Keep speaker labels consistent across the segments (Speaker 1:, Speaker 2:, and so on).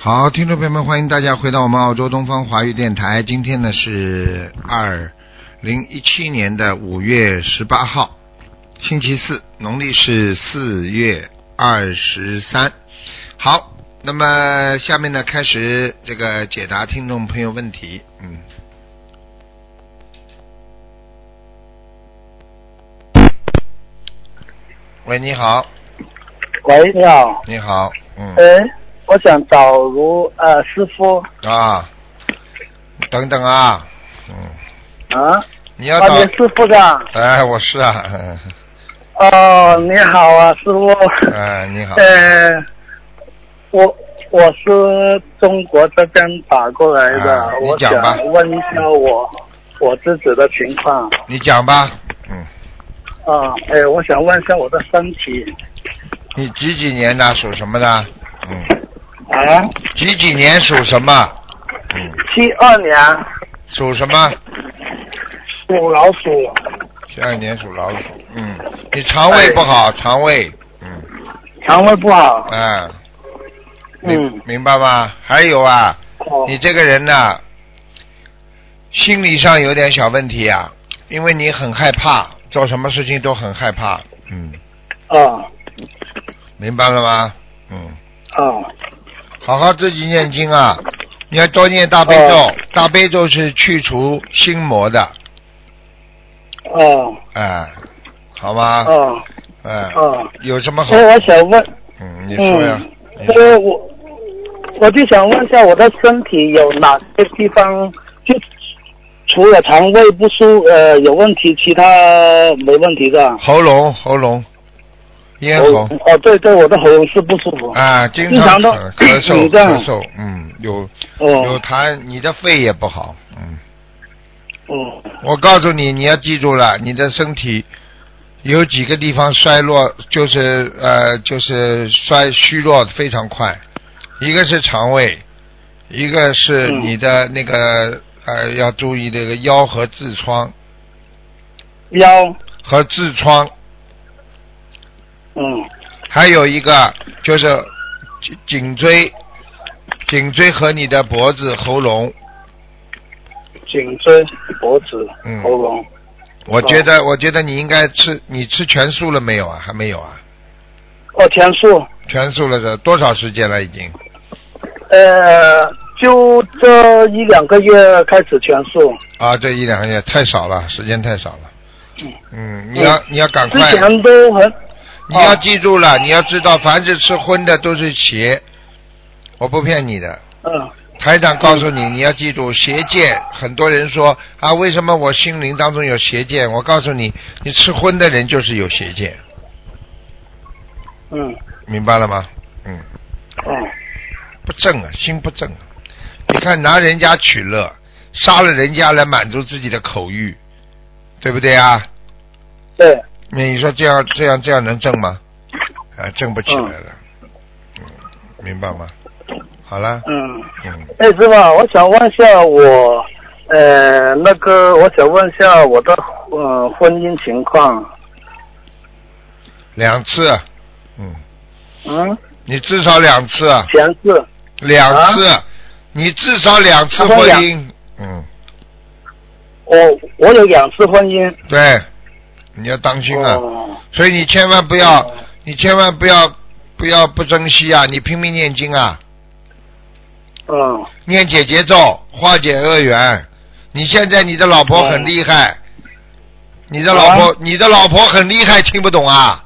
Speaker 1: 好，听众朋友们，欢迎大家回到我们澳洲东方华语电台。今天呢是二零一七年的五月十八号，星期四，农历是四月二十三。好，那么下面呢开始这个解答听众朋友问题。嗯，喂，你好，
Speaker 2: 喂，你好，
Speaker 1: 你好，嗯
Speaker 2: 哎，我想找卢呃师傅
Speaker 1: 啊，等等啊，嗯，
Speaker 2: 啊，
Speaker 1: 你要
Speaker 2: 啊，
Speaker 1: 找
Speaker 2: 你师傅的啊
Speaker 1: 哎，我是啊， 嗯
Speaker 2: 哦，你好啊，师傅，
Speaker 1: 哎，你好，
Speaker 2: 呃，我我是中国这边打过来的，
Speaker 1: 啊你
Speaker 2: 我
Speaker 1: 讲
Speaker 2: 想
Speaker 1: 吧
Speaker 2: 问一下我我自己的情况
Speaker 1: 你讲吧，嗯，
Speaker 2: 啊，哎，我想问一下我的身体
Speaker 1: 你几几年的，属什么的？嗯，
Speaker 2: 啊，
Speaker 1: 几几年属什么？嗯，
Speaker 2: 七二年
Speaker 1: 属什么？
Speaker 2: 属老鼠，
Speaker 1: 七二年属老鼠。嗯，你肠胃不
Speaker 2: 哎
Speaker 1: 好，肠胃。嗯，
Speaker 2: 肠胃不好，
Speaker 1: 啊，明、
Speaker 2: 嗯，
Speaker 1: 明白吗？还有啊，
Speaker 2: 哦
Speaker 1: 你这个人呐、心理上有点小问题啊，因为你很害怕，做什么事情都很害怕。嗯，
Speaker 2: 啊
Speaker 1: 明白了吗？嗯。
Speaker 2: 啊
Speaker 1: 好好自己念经啊！你要多念大悲咒，
Speaker 2: 哦
Speaker 1: 大悲咒是去除心魔的，
Speaker 2: 啊
Speaker 1: 哎、好吗？哎、
Speaker 2: 啊啊，
Speaker 1: 有什么好
Speaker 2: 所？以我想问。
Speaker 1: 嗯，你说呀，
Speaker 2: 嗯
Speaker 1: 你
Speaker 2: 所
Speaker 1: 说
Speaker 2: 以我我就想问一下，我的身体有哪些地方就除了肠胃不舒呃有问题，其他没问题的。啊
Speaker 1: 喉咙，喉咙，咽
Speaker 2: 我
Speaker 1: 喉，
Speaker 2: 哦，对对，我的喉咙是不舒服。
Speaker 1: 啊，经
Speaker 2: 经
Speaker 1: 常
Speaker 2: 常都
Speaker 1: 咳咳嗽，
Speaker 2: 嗯这样
Speaker 1: 咳嗽，嗯，有有
Speaker 2: 哦，
Speaker 1: 痰，你的肺也不好，嗯，
Speaker 2: 哦，
Speaker 1: 我告诉你，你要记住了，你的身体有几个地方衰落，就是呃，就是衰虚弱得非常快，一个是肠胃，一个是
Speaker 2: 嗯
Speaker 1: 你的那个呃，要注意这个腰和痔疮
Speaker 2: 腰，
Speaker 1: 和痔疮，
Speaker 2: 嗯，
Speaker 1: 还有一个就是颈颈椎，颈椎和你的脖子、喉咙。
Speaker 2: 颈椎、脖子、
Speaker 1: 嗯
Speaker 2: 喉咙。
Speaker 1: 我觉得，我觉得你应该吃，你吃全素了没有啊？还没有啊？
Speaker 2: 哦，前束，
Speaker 1: 全素了是多少时间了？已经？
Speaker 2: 呃，就这一两个月开始全束。
Speaker 1: 啊，这一两个月太少了，时间太少了
Speaker 2: 嗯。
Speaker 1: 嗯，你要你要赶
Speaker 2: 之
Speaker 1: 快，
Speaker 2: 前哦都很
Speaker 1: 你要记住了，你要知道，凡是吃荤的都是邪，我不骗你的。
Speaker 2: 嗯
Speaker 1: 台长告诉你，你要记住邪见。很多人说啊，为什么我心灵当中有邪见？我告诉你，你吃荤的人就是有邪见，
Speaker 2: 嗯
Speaker 1: 明白了吗？嗯，
Speaker 2: 嗯
Speaker 1: 不正啊，心不正啊。你看拿人家取乐，杀了人家来满足自己的口欲，对不对啊？
Speaker 2: 对
Speaker 1: 那你说这样这样这样能挣吗？啊，挣不起来了。嗯，明白吗？好了，
Speaker 2: 嗯。
Speaker 1: 嗯，
Speaker 2: 哎，师傅，我想问一下我，呃，那个，我想问一下我的呃婚姻情况。
Speaker 1: 两次，嗯，
Speaker 2: 嗯，
Speaker 1: 你至少两次，啊
Speaker 2: 前世
Speaker 1: 两次，你至少两次婚姻，嗯，
Speaker 2: 我我有两次婚姻。
Speaker 1: 对，你要当心啊，
Speaker 2: 哦，
Speaker 1: 所以你千万不要，你千万不要不要不珍惜啊，你拼命念经啊，
Speaker 2: 嗯
Speaker 1: 念姐姐咒，化解恶缘。你现在你的老婆很厉害，
Speaker 2: 嗯
Speaker 1: 你的老
Speaker 2: 啊
Speaker 1: 婆、你的老婆很厉害，听不懂啊？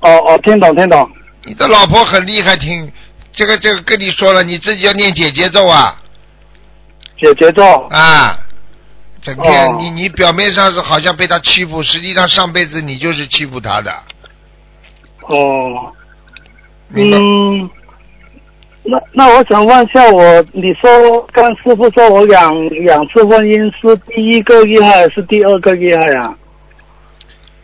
Speaker 2: 哦哦，听懂听懂。
Speaker 1: 你的老婆很厉害，听这个这个跟你说了，你自己要念姐姐咒啊
Speaker 2: 解哦节奏。
Speaker 1: 啊！整天、
Speaker 2: 哦
Speaker 1: 你你表面上是好像被他欺负，实际上上辈子你就是欺负他的，
Speaker 2: 哦，
Speaker 1: 明白？
Speaker 2: 嗯。那那我想问一下我，你说跟师傅说我两两次婚姻是第一个厉害还是第二个厉害啊？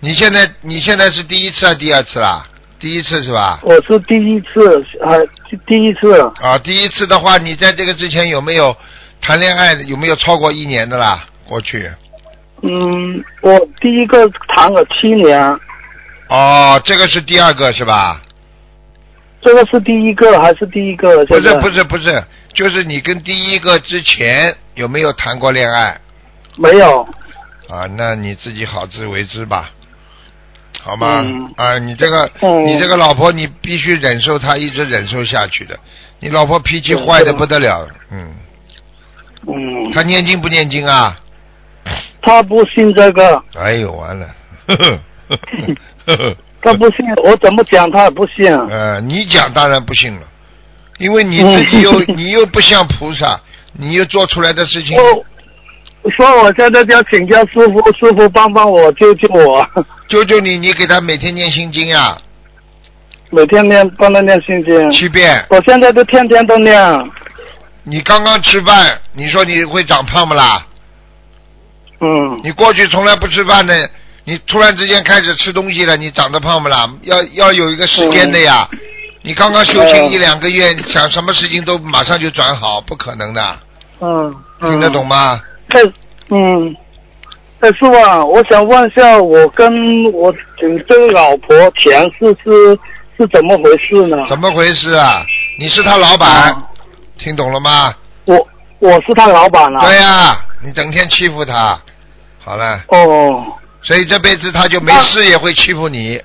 Speaker 1: 你现在你现在是第一次啊，第二次啦？第一次是吧？
Speaker 2: 我是第一次，呃，第一次。
Speaker 1: 啊，第一次的话，你在这个之前有没有谈恋爱？有没有超过一年的啦？过去？
Speaker 2: 嗯，我第一个谈了七年，
Speaker 1: 哦，这个是第二个是吧？
Speaker 2: 这个是第一个还是第一个？
Speaker 1: 不是不
Speaker 2: 是，
Speaker 1: 是不是，就是你跟第一个之前有没有谈过恋爱
Speaker 2: 没有。
Speaker 1: 啊？那你自己好自为之吧，好吗？
Speaker 2: 嗯
Speaker 1: 啊，你这个、
Speaker 2: 嗯
Speaker 1: 你这个老婆，你必须忍受她一直忍受下去的。你老婆脾气
Speaker 2: 嗯
Speaker 1: 坏
Speaker 2: 是
Speaker 1: 的
Speaker 2: 的
Speaker 1: 不得了，嗯，
Speaker 2: 嗯，
Speaker 1: 她念经不念经啊？
Speaker 2: 他不信 这个，
Speaker 1: 哎呦，完了，呵呵呵呵呵
Speaker 2: 他不信，我怎么讲他也不信。
Speaker 1: 呃，你讲当然不信了，因为你自己又、
Speaker 2: 嗯哦
Speaker 1: 你又不像菩萨，你又做出来的事情，
Speaker 2: 我说我现在就要请教师傅，师傅帮帮我，救救我！
Speaker 1: 救救你，你给他每天念心经啊呀、
Speaker 2: 每天念帮他念心经，
Speaker 1: 七遍。
Speaker 2: 我现在就天天都念，
Speaker 1: 你刚刚吃饭，你说你会长胖不啦？
Speaker 2: 嗯，
Speaker 1: 你过去从来不吃饭的，你突然之间开始吃东西了，你长得胖不啦？要要有一个时间的呀。你刚刚修行一两个月，你想什么事情都马上就转好，不可能的，
Speaker 2: 嗯，
Speaker 1: 听得懂吗？
Speaker 2: 哎，嗯，哎，师傅啊，我想问一下，我跟我这个老婆前世是是怎么回事呢？
Speaker 1: 怎么回事啊？你是他老板，
Speaker 2: 啊
Speaker 1: 听懂了吗？
Speaker 2: 我我是他老板啊。
Speaker 1: 对呀、你整天欺负他，好了，
Speaker 2: 哦
Speaker 1: 所以这辈子他就没事也会欺负你，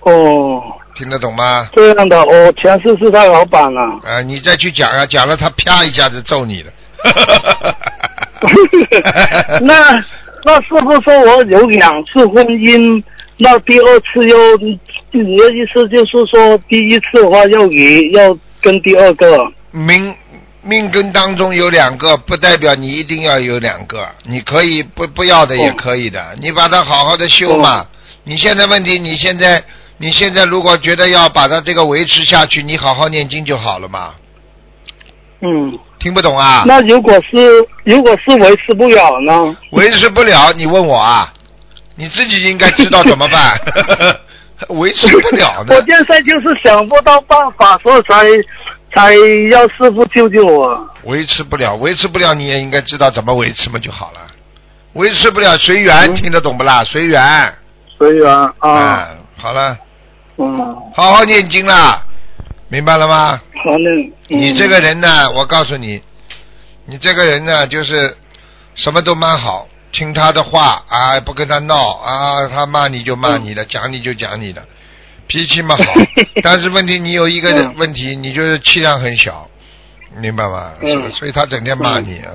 Speaker 2: 哦，
Speaker 1: 听得懂吗？
Speaker 2: 这样的，我前世是他老板啊。
Speaker 1: 啊，你再去讲啊，讲了他啪一下子揍你了。
Speaker 2: 那那师傅说我有两次婚姻，那第二次又，你的意思就是说第一次的话要离，要跟第二个。
Speaker 1: 命命根当中有两个，不代表你一定要有两个，你可以不不要的也可以的，你把它好好的修
Speaker 2: 哦
Speaker 1: 嘛。你现在问题，你现在你现在如果觉得要把它这个维持下去，你好好念经就好了嘛。
Speaker 2: 嗯，
Speaker 1: 听不懂啊？
Speaker 2: 那如果是如果是维持不了呢？
Speaker 1: 维持不了，你问我啊？你自己应该知道怎么 办。维持不了
Speaker 2: 我
Speaker 1: 的，
Speaker 2: 现在就是想不到办法，所以才才要师傅救救我。
Speaker 1: 维持不了，维持不了，你也应该知道怎么维持嘛就好了。维持不了，随缘，
Speaker 2: 嗯
Speaker 1: 听得懂不啦？随缘。
Speaker 2: 随缘啊，
Speaker 1: 嗯，好了，
Speaker 2: 嗯，
Speaker 1: 好好念经啦，明白了吗？
Speaker 2: 好那嗯
Speaker 1: 你这个人呢，我告诉你，你这个人呢，就是什么都蛮好，听他的话啊，不跟他闹啊，他骂你就骂
Speaker 2: 嗯
Speaker 1: 你的，讲你就讲你的，脾气嘛 好。但是问题，你有一个人
Speaker 2: 嗯
Speaker 1: 问题，你就是气量很小，明白吗？
Speaker 2: 嗯
Speaker 1: 所以他整天骂你啊。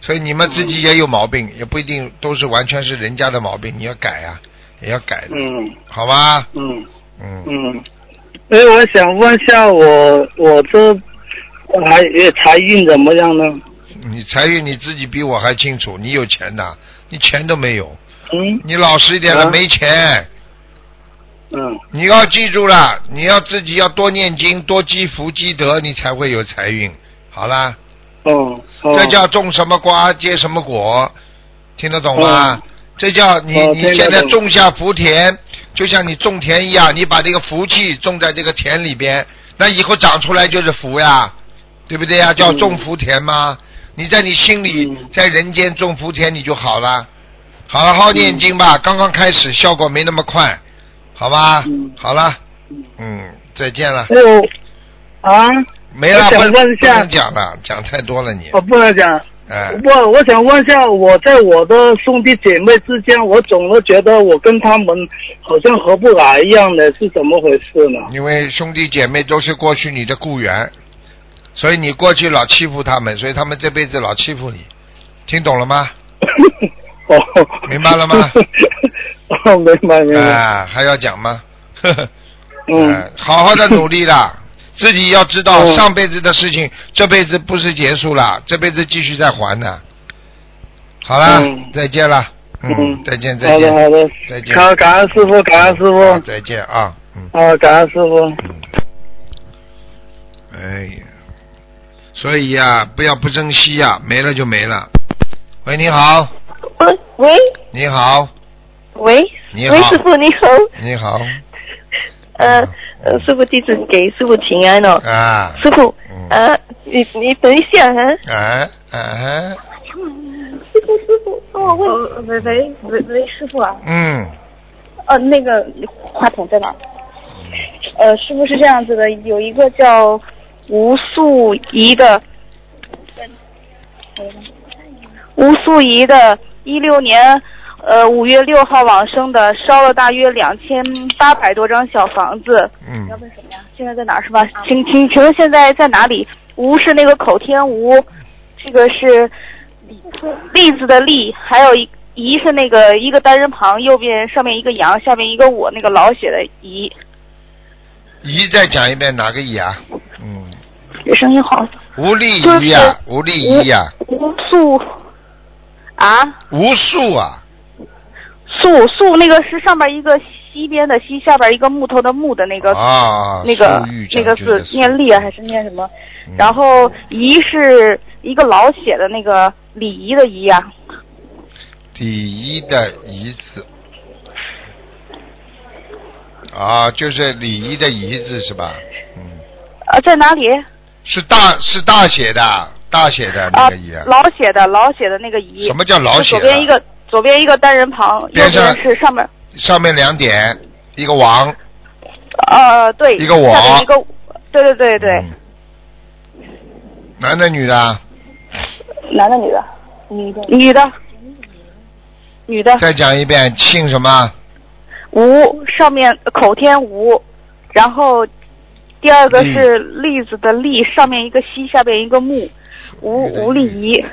Speaker 1: 所以你们自己也有毛病，也不一定都是完全是人家的毛病，你要改啊，也要改的，
Speaker 2: 嗯
Speaker 1: 好吧？
Speaker 2: 嗯。嗯
Speaker 1: 嗯，
Speaker 2: 嗯，所以我想问一下我，我这还也财运怎么样呢？
Speaker 1: 你财运你自己比我还清楚，你有钱呐，你钱都没有。
Speaker 2: 嗯
Speaker 1: 你老实一点了，
Speaker 2: 啊
Speaker 1: 没钱。
Speaker 2: 嗯
Speaker 1: 你要记住了，你要自己要多念经，多积福积德，你才会有财运。好啦，
Speaker 2: 哦哦，
Speaker 1: 这叫种什么瓜结什么果，听得懂吗？
Speaker 2: 嗯
Speaker 1: 这叫你、
Speaker 2: 哦
Speaker 1: 你
Speaker 2: 听得
Speaker 1: 现在
Speaker 2: 懂
Speaker 1: 种下福田，就像你种田一样，你把这个福气种在这个田里边，那以后长出来就是福呀，对不对呀？叫种福田吗？你在你心里，
Speaker 2: 嗯
Speaker 1: 在人间种福田，你就好了。好了，好好念经吧，刚刚开始，效果没那么快，好吧？
Speaker 2: 嗯
Speaker 1: 好了
Speaker 2: 嗯，
Speaker 1: 嗯，再见了，
Speaker 2: 还有哦啊，
Speaker 1: 没了，
Speaker 2: 我
Speaker 1: 不
Speaker 2: 想问一下哦
Speaker 1: 不能讲了，讲太多了你，
Speaker 2: 我不能讲，
Speaker 1: 哎、
Speaker 2: 不，我想问一下，我在我的兄弟姐妹之间，我总是觉得我跟他们好像合不来一样的，是怎么回事呢？
Speaker 1: 因为兄弟姐妹都是过去你的雇员，所以你过去老欺负他们，所以他们这辈子老欺负你，听懂了吗？
Speaker 2: 哦，
Speaker 1: 明白了吗？
Speaker 2: 哦，明白明
Speaker 1: 哎、
Speaker 2: 白，
Speaker 1: 还要讲吗？呵呵，
Speaker 2: 嗯
Speaker 1: 哎好好的努力啦，自己要知道
Speaker 2: 嗯
Speaker 1: 上辈子的事情，这辈子不是结束啦，这辈子继续再还呢。好啦，
Speaker 2: 嗯
Speaker 1: 再见啦，嗯，
Speaker 2: 嗯
Speaker 1: 再见再
Speaker 2: 好的
Speaker 1: 见，
Speaker 2: 好的，
Speaker 1: 再见
Speaker 2: 好，感恩师傅，感恩师傅，
Speaker 1: 好再见啊，嗯。
Speaker 2: 啊，感恩师傅。
Speaker 1: 嗯，哎呀，所以呀、不要不珍惜呀、没了就没了。喂，你好，
Speaker 3: 喂喂
Speaker 1: 你好，
Speaker 3: 喂，
Speaker 1: 你
Speaker 3: 喂，
Speaker 1: 好
Speaker 3: 师傅你好，
Speaker 1: 你好，
Speaker 3: 呃
Speaker 1: 嗯
Speaker 3: 呃，师傅弟子给师傅请安哦，
Speaker 1: 啊，
Speaker 3: 师傅
Speaker 1: 嗯，
Speaker 3: 呃，你你等一下啊，
Speaker 1: 啊啊，
Speaker 4: 师傅，师傅，帮我
Speaker 5: 呃
Speaker 4: 问。喂喂喂喂，师傅啊，
Speaker 1: 嗯，
Speaker 4: 呃，那个话筒在哪？呃，师傅是这样子的，有一个叫吴素怡的，吴素怡的，一六年呃五月六号往生的，烧了大约两千八百多张小房子。
Speaker 1: 嗯，
Speaker 4: 要问什么呀？现在在哪儿是吧？请请请问现在在哪里？吴是那个口天吴，这个是栗子的栗，还有一怡是那个一个单人旁，右边上面一个羊，下面一个我，那个老写的怡。
Speaker 1: 姨再讲一遍哪个姨啊？嗯，
Speaker 4: 声音好。
Speaker 1: 吴丽姨呀、
Speaker 4: 就是
Speaker 1: 吴丽姨呀、
Speaker 4: 吴素啊，
Speaker 1: 吴素啊，
Speaker 4: 素素那个是上边一个西边的西，下边一个木头的木的那个、
Speaker 1: 啊，
Speaker 4: 那个
Speaker 1: 素玉讲
Speaker 4: 那个
Speaker 1: 究的
Speaker 4: 字
Speaker 1: 素
Speaker 4: 念栗啊还是念什么？
Speaker 1: 嗯
Speaker 4: 然后怡是一个老写的那个礼仪的仪啊，
Speaker 1: 第一的姨字。啊，就是李一的姨字是吧？嗯，
Speaker 4: 啊在哪里？
Speaker 1: 是大是大写的，大写的
Speaker 4: 啊
Speaker 1: 那个姨啊。，
Speaker 4: 老写的老写的那个仪。
Speaker 1: 什么叫老
Speaker 4: 是
Speaker 1: 写啊
Speaker 4: 左边一
Speaker 1: 的？
Speaker 4: 个左边一个单人旁，右
Speaker 1: 边上
Speaker 4: 边是上面
Speaker 1: 上面两点，一个王。
Speaker 4: 呃对
Speaker 1: 一个我
Speaker 4: 下面一个对对对对，
Speaker 1: 嗯男的女的啊？
Speaker 4: 男的女的女的女的女的
Speaker 1: 再讲一遍，姓什么？
Speaker 4: 吴上面口天吴，然后第二个是栗子的栗，上面一个西，下边一个木，吴吴丽怡。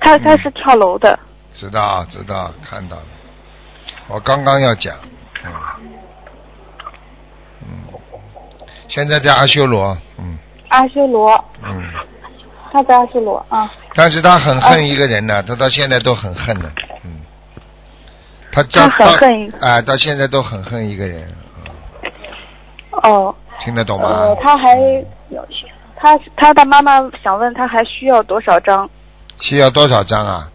Speaker 4: 他他是跳楼的，
Speaker 1: 知道知道，看到了。我刚刚要讲，嗯，嗯，现在在阿修罗，嗯
Speaker 4: 阿修罗，
Speaker 1: 嗯，
Speaker 4: 他在阿修罗啊。
Speaker 1: 但是他很恨一个人呢，他到现在都很恨呢，嗯，他
Speaker 4: 他
Speaker 1: 到
Speaker 4: 很
Speaker 1: 到
Speaker 4: 恨一
Speaker 1: 啊、到现在都很恨一个人，嗯
Speaker 4: 哦，
Speaker 1: 听得懂吗？
Speaker 4: 呃，他还有他他的妈妈想问他还需要多少张
Speaker 1: 需要多少张啊？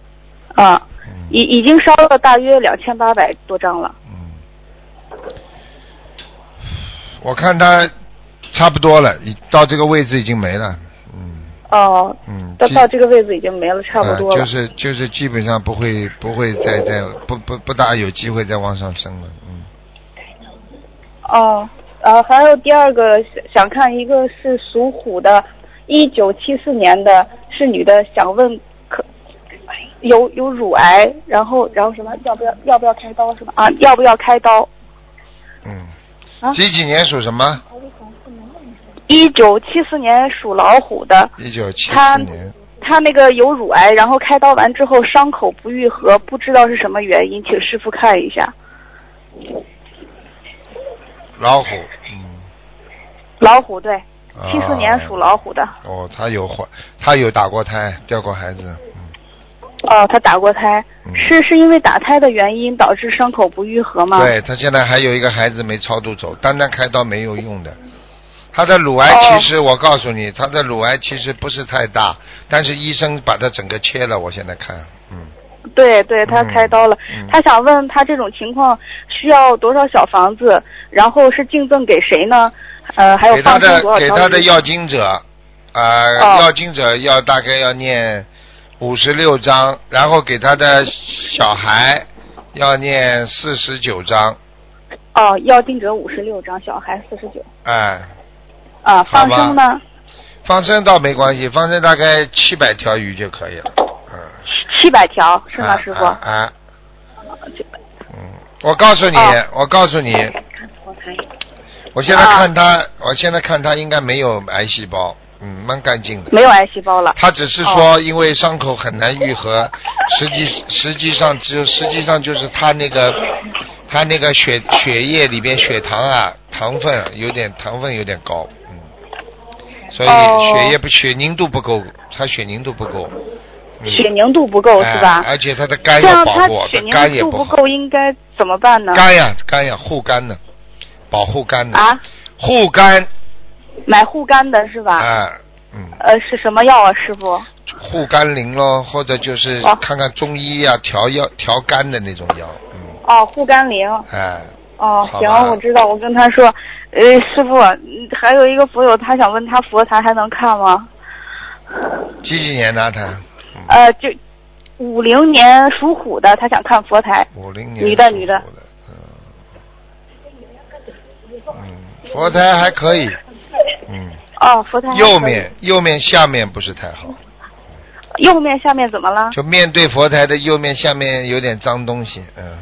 Speaker 4: 啊？
Speaker 1: 嗯
Speaker 4: 已已经烧了大约两千八百多张了。
Speaker 1: 嗯，我看他差不多了，已到这个位置已经没了，嗯
Speaker 4: 哦，
Speaker 1: 嗯，
Speaker 4: 到
Speaker 1: 基
Speaker 4: 到这个位置已经没了，差不多了。
Speaker 1: 呃就是就是基本上不会不会再再不不不大有机会再往上升了，嗯，
Speaker 4: 哦，呃，还有第二个想想看，一个是属虎的，一九七四年的，是女的，想问可有有乳癌，然后然后什么要不要要不要开刀是吧？啊，要不要开刀？
Speaker 1: 嗯。
Speaker 4: 啊
Speaker 1: 几几年属什么？
Speaker 5: 啊
Speaker 4: 一九七四年属老虎的，
Speaker 1: 一九七
Speaker 4: 他
Speaker 1: 四年。
Speaker 4: 他那个有乳癌，然后开刀完之后伤口不愈合，不知道是什么原因，请师傅看一下。
Speaker 1: 老虎，嗯。
Speaker 4: 老虎对，
Speaker 1: 啊
Speaker 4: 七四年属老。虎的。
Speaker 1: 哦，他有怀，他有打过胎，掉过孩子，嗯，
Speaker 4: 哦，他打过胎，
Speaker 1: 嗯
Speaker 4: 是是因为打胎的原因导致伤口不愈合吗？
Speaker 1: 对他现在还有一个孩子没超度走，单单开刀没有用的。他的乳癌
Speaker 4: 哦
Speaker 1: 其实、我告诉你，他的乳癌其实不是太大，但是医生把它整个切了，我现在看，嗯，
Speaker 4: 对对，他开刀了。
Speaker 1: 嗯嗯
Speaker 4: 他想问他这种情况需要多少小房子，然后是敬赠给谁呢？呃，还有
Speaker 1: 给他
Speaker 4: 放生
Speaker 1: 的
Speaker 4: 多少
Speaker 1: 给
Speaker 4: 条
Speaker 1: 他的
Speaker 4: 鱼
Speaker 1: 要经者，啊、
Speaker 4: 哦
Speaker 1: 要经者要大概要念五十六章，然后给他的小孩要念四十九章，
Speaker 4: 哦，要定者五十六张，小孩四十九。
Speaker 1: 哎，好
Speaker 4: 啊，放
Speaker 1: 吧
Speaker 4: 生呢？
Speaker 1: 放生倒没关系，放生大概七百条鱼就可以了，嗯，
Speaker 4: 七百条是吗，
Speaker 1: 啊
Speaker 4: 师傅？
Speaker 1: 啊啊嗯，我告诉你，
Speaker 4: 哦
Speaker 1: 我告诉你，我现在看他，我现在看他应该没有癌细胞，嗯，蛮干净的。
Speaker 4: 没有癌细胞了。
Speaker 1: 他只是
Speaker 4: 哦
Speaker 1: 说，因为伤口很难愈合，实际实际上就实际上就是他那个他那个血血液里边血糖啊糖分有点糖分有点高，嗯，所以
Speaker 4: 哦
Speaker 1: 血液不血凝度不够，他血凝度不够，嗯、
Speaker 4: 血凝度不够、
Speaker 1: 哎
Speaker 4: 是吧？
Speaker 1: 而且他的肝
Speaker 4: 这
Speaker 1: 要
Speaker 4: 样
Speaker 1: 保
Speaker 4: 他
Speaker 1: 护，
Speaker 4: 血
Speaker 1: 他肝
Speaker 4: 凝
Speaker 1: 也
Speaker 4: 度
Speaker 1: 不
Speaker 4: 不
Speaker 1: 好，
Speaker 4: 够，应该怎么办呢？
Speaker 1: 肝呀肝呀护肝呢，保护肝呢，
Speaker 4: 啊，
Speaker 1: 护肝
Speaker 4: 买护肝的是吧？
Speaker 1: 啊，嗯。
Speaker 4: 呃，是什么药啊，师傅？
Speaker 1: 护肝灵咯，或者就是
Speaker 4: 哦
Speaker 1: 看看中医啊，调药调肝的那种药，嗯，
Speaker 4: 哦，护肝灵。
Speaker 1: 哎，
Speaker 4: 哦，
Speaker 1: 好
Speaker 4: 行
Speaker 1: 吧，
Speaker 4: 我知道。我跟他说，呃，师傅，嗯还有一个佛友，他想问他佛台还能看吗？
Speaker 1: 几几年呢他？嗯，
Speaker 4: 呃，就五零年属虎的，她想看佛台。
Speaker 1: 五零年
Speaker 4: 女的
Speaker 1: 属
Speaker 4: 女的
Speaker 1: 虎的，嗯，嗯，佛台还可以，嗯，
Speaker 4: 哦，佛台还可以
Speaker 1: 右面右面下面不是太好，
Speaker 4: 右面下面怎么了？
Speaker 1: 就面对佛台的右面下面有点脏东西，嗯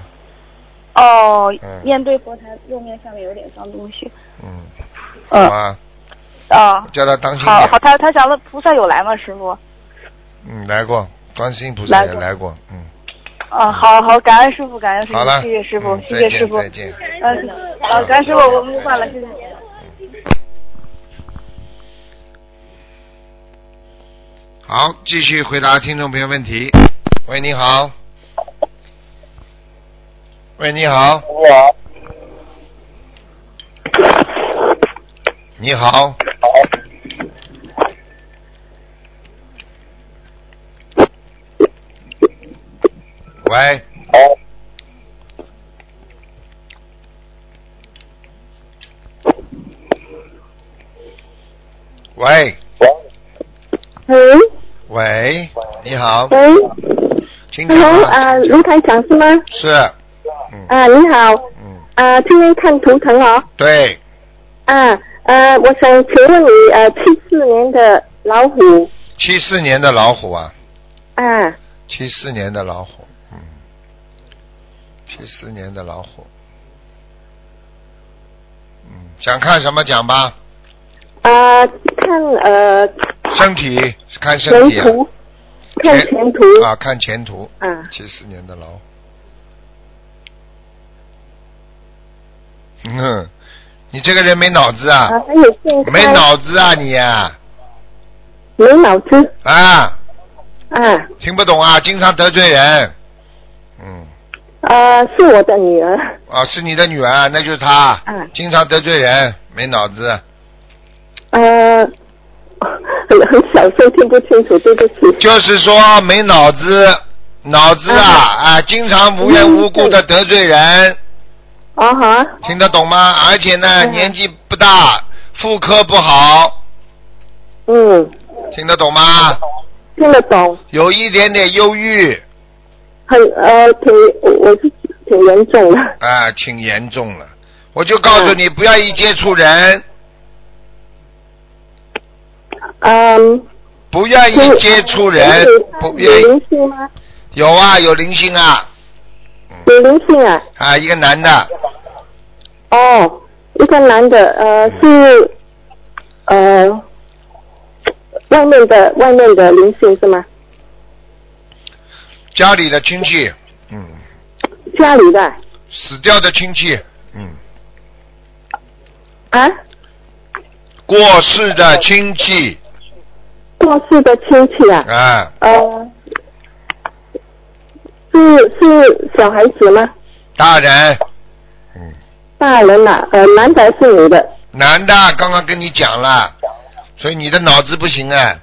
Speaker 4: 哦，
Speaker 1: 嗯
Speaker 4: 面对佛台右面下面有点脏东西。
Speaker 1: 嗯，好
Speaker 4: 嗯，
Speaker 1: 啊，
Speaker 4: 哦，
Speaker 1: 叫他当心
Speaker 4: 好
Speaker 1: 点，
Speaker 4: 好，她她想问菩萨有来吗，师傅？
Speaker 1: 嗯，来过，观世音菩萨也
Speaker 4: 来过
Speaker 1: 来过，嗯，
Speaker 4: 啊，好好，感恩师傅，感恩师
Speaker 1: 好
Speaker 4: 傅，
Speaker 1: 了，
Speaker 4: 谢谢师傅
Speaker 1: 嗯，
Speaker 4: 谢谢师傅。
Speaker 1: 再见再见。
Speaker 4: 嗯，好，感恩师傅，我们挂了，谢谢。
Speaker 1: 好，继续回答听众朋友问题。喂，你好。喂，你好。你好。喂。喂
Speaker 6: 喂
Speaker 1: 喂，你好，
Speaker 6: 喂
Speaker 1: 请 讲
Speaker 6: ，Hello，
Speaker 1: 啊。
Speaker 6: 啊，卢台长是吗？
Speaker 1: 是，嗯
Speaker 6: 啊，你好，
Speaker 1: 嗯，
Speaker 6: 啊，今天看图腾哦，
Speaker 1: 对，
Speaker 6: 啊，呃，我想请问你，呃，七四年的老虎，
Speaker 1: 七四年的老虎啊，
Speaker 6: 啊，
Speaker 1: 七四年的老虎，嗯，七四年的老虎，嗯，想看什么讲吧？
Speaker 6: 啊，看呃
Speaker 1: 身体看身
Speaker 6: 前
Speaker 1: 体啊，
Speaker 6: 途，看前途，
Speaker 1: 啊，看前途，
Speaker 6: 啊，
Speaker 1: 七四年的老虎。嗯，你这个人没脑子啊
Speaker 6: 啊，，还有健康，
Speaker 1: 没脑子啊你啊，
Speaker 6: 没脑子，
Speaker 1: 啊，
Speaker 6: 啊，
Speaker 1: 听不懂啊，经常得罪人。嗯，
Speaker 6: 呃，是我的女儿，
Speaker 1: 啊，是你的女儿啊，那就是她，
Speaker 6: 嗯
Speaker 1: 经常得罪人，没脑子。
Speaker 6: 呃，很很小声，听不清楚，对不起，
Speaker 1: 就是说没脑子，脑子啊啊，经常无缘无故的得罪人，
Speaker 6: 哦哈，
Speaker 1: 听得懂吗？而且呢，
Speaker 6: 嗯
Speaker 1: 年纪不大，妇科不好，
Speaker 6: 嗯，
Speaker 1: 听得懂吗？
Speaker 6: 听得懂。
Speaker 1: 有一点点忧郁，
Speaker 6: 很呃挺我我是挺严重的，
Speaker 1: 啊，挺严重了。我就告诉你，不要一接触人，
Speaker 6: 嗯，
Speaker 1: 不愿
Speaker 6: 就
Speaker 1: 意接触人，不
Speaker 6: 有
Speaker 1: 愿意
Speaker 6: 灵性吗？
Speaker 1: 有啊，有灵性啊，
Speaker 6: 有灵性啊，
Speaker 1: 啊，一个男的，
Speaker 6: 哦，一个男的，呃是呃外面的外面的灵性是吗？
Speaker 1: 家里的亲戚，嗯，
Speaker 6: 家里的
Speaker 1: 死掉的亲戚，嗯，
Speaker 6: 啊，
Speaker 1: 过世的亲戚，
Speaker 6: 过世的亲戚啊，
Speaker 1: 啊，
Speaker 6: 呃是是小孩子吗？
Speaker 1: 大人，嗯，
Speaker 6: 大人呐、呃男的还是女的？
Speaker 1: 男的，刚刚跟你讲了，所以你的脑子不行啊，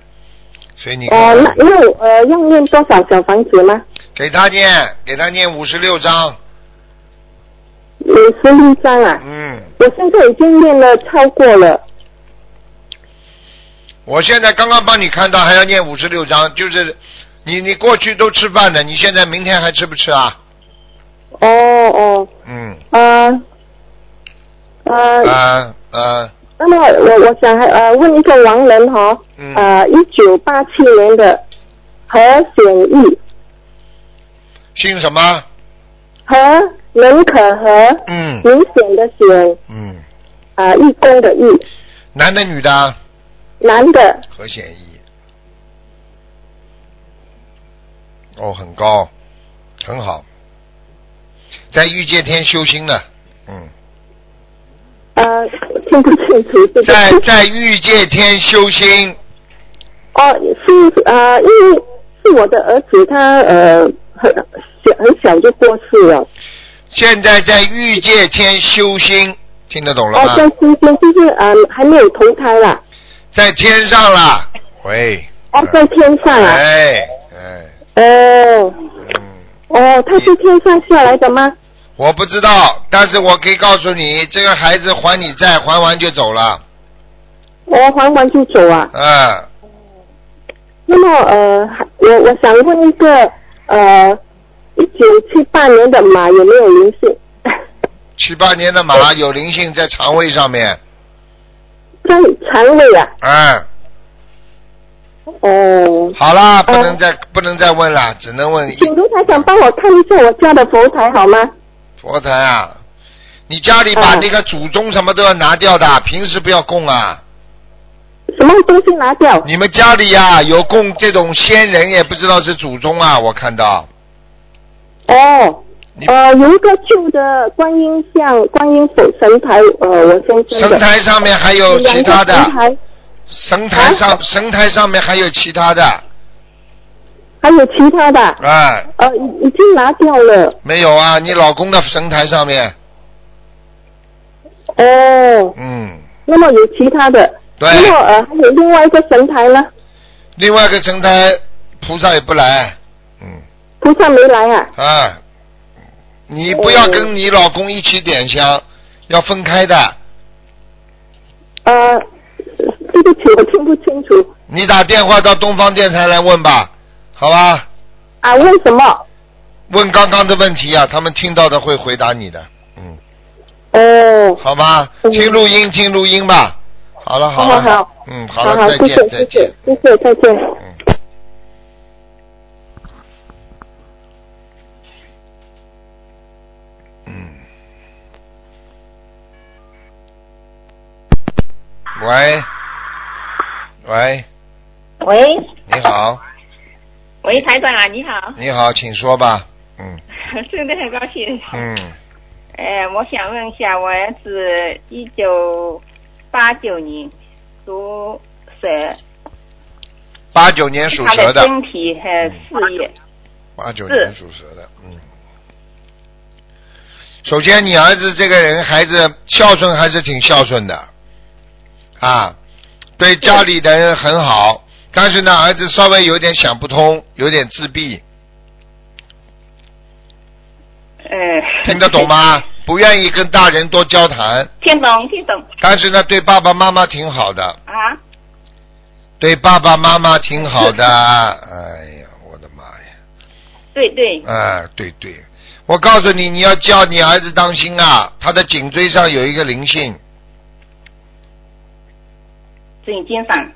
Speaker 1: 所以你
Speaker 6: 哦、那那我呃要念多少小房子吗？
Speaker 1: 给他念，给他念五十六章，
Speaker 6: 五十六张啊。
Speaker 1: 嗯，
Speaker 6: 我现在已经练了超过了，
Speaker 1: 我现在刚刚帮你看到还要念五十六章，就是你你过去都吃饭的，你现在明天还吃不吃啊？
Speaker 6: 哦哦，
Speaker 1: 嗯，
Speaker 6: 呃，呃，
Speaker 1: 啊啊，
Speaker 6: 那么我我想还呃问一个王人哈、哦，
Speaker 1: 嗯，
Speaker 6: 呃，一九八七年的何显义，
Speaker 1: 姓什么？
Speaker 6: 何门可和，
Speaker 1: 嗯
Speaker 6: 明显的显，
Speaker 1: 嗯，
Speaker 6: 啊、呃，义工的义，
Speaker 1: 男的女的啊？
Speaker 6: 男的，
Speaker 1: 何显义。哦，很高，很好，在欲界天修心呢。嗯，
Speaker 6: 呃，听不清楚，对不
Speaker 1: 在
Speaker 6: 起，
Speaker 1: 在欲界天修心，
Speaker 6: 哦，是呃，因为是我的儿子，他呃很小很小就过世了。
Speaker 1: 现在在欲界天修心，听得懂了
Speaker 6: 哦，在
Speaker 1: 吗？
Speaker 6: 今天就是呃还没有投胎啦，
Speaker 1: 在天上啦。喂。
Speaker 6: 哦，在天上啊，
Speaker 1: 哎哎，
Speaker 6: 哦
Speaker 1: 嗯，
Speaker 6: 哦，他是天上下来的吗？
Speaker 1: 我不知道，但是我可以告诉你，这个孩子还你债，还完就走了。
Speaker 6: 哦我还完就走啊，
Speaker 1: 嗯，
Speaker 6: 那么呃，还我我想问一个呃，一九七八年的马有没有灵性？
Speaker 1: 七八年的马有灵性在肠胃上面，
Speaker 6: 在肠胃啊？
Speaker 1: 嗯，
Speaker 6: 哦，
Speaker 1: 好啦，不能再、不能再问了，只能问一
Speaker 6: 请卢台长帮我看一下我家的佛台好吗？
Speaker 1: 佛台啊。你家里把
Speaker 6: 嗯
Speaker 1: 那个祖宗什么都要拿掉的，平时不要供啊。
Speaker 6: 什么东西拿掉？
Speaker 1: 你们家里呀、有供这种先人，也不知道是祖宗啊，我看到。
Speaker 6: 哦
Speaker 1: 你，
Speaker 6: 呃，有一个旧的观音像、观音佛神台，呃，我先生
Speaker 1: 神
Speaker 6: 的。
Speaker 1: 台上面还有
Speaker 6: 两
Speaker 1: 其
Speaker 6: 个
Speaker 1: 他
Speaker 6: 啊
Speaker 1: 的，
Speaker 6: 神台，
Speaker 1: 神台上神台上面还有其他的，
Speaker 6: 还有其他的，
Speaker 1: 哎，
Speaker 6: 呃，已已经拿掉了。
Speaker 1: 没有啊？你老公的神台上面，
Speaker 6: 哦，
Speaker 1: 嗯，
Speaker 6: 那么有其他的，
Speaker 1: 对
Speaker 6: 那么呃，还有另外一个神台呢？
Speaker 1: 另外一个神台菩萨也不来，嗯，
Speaker 6: 菩萨没来啊？
Speaker 1: 啊，你不要跟你老公一起点香，
Speaker 6: 哦
Speaker 1: 要分开的。
Speaker 6: 呃，对不起，我听不清楚
Speaker 1: 你打电话到东方电台来问吧，好吧？
Speaker 6: 啊，问什么？
Speaker 1: 问刚刚的问题啊，他们听到的会回答你的，嗯，
Speaker 6: 哦，
Speaker 1: 好吧？
Speaker 6: 嗯
Speaker 1: 听录音，听录音吧。好了，
Speaker 6: 好
Speaker 1: 了，
Speaker 6: 好好
Speaker 1: 嗯，好
Speaker 6: 好
Speaker 1: 了，
Speaker 6: 好，
Speaker 1: 再
Speaker 6: 谢
Speaker 1: 见
Speaker 6: 谢，，
Speaker 1: 再
Speaker 6: 谢
Speaker 1: 见
Speaker 6: 谢。，谢谢，再见。
Speaker 1: 嗯。嗯。喂，喂，
Speaker 7: 喂
Speaker 1: 你好，
Speaker 7: 喂，台长啊，你好，
Speaker 1: 你好，请说吧。嗯
Speaker 7: 真的很高兴。
Speaker 1: 嗯，
Speaker 4: 哎
Speaker 7: 呃，我想问一下，我儿子一九八九年属蛇，
Speaker 1: 八九年属
Speaker 7: 他
Speaker 1: 蛇的，嗯
Speaker 7: 身体和事业，
Speaker 1: 八九年属蛇的，嗯。首先，你儿子这个人还是孝顺，还是挺孝顺的，啊，对家里的人很好。但是呢，儿子稍微有点想不通，有点自闭，
Speaker 7: 呃，
Speaker 1: 听得懂？吗？不愿意跟大人多交谈。
Speaker 7: 听懂，听懂
Speaker 1: 但是呢，对爸爸妈妈挺好的，
Speaker 7: 啊！
Speaker 1: 对爸爸妈妈挺好的。哎呀，我的妈呀！
Speaker 7: 对对，
Speaker 1: 啊，对对，我告诉你，你要叫你儿子当心啊，他的颈椎上有一个灵性，
Speaker 7: 颈肩上，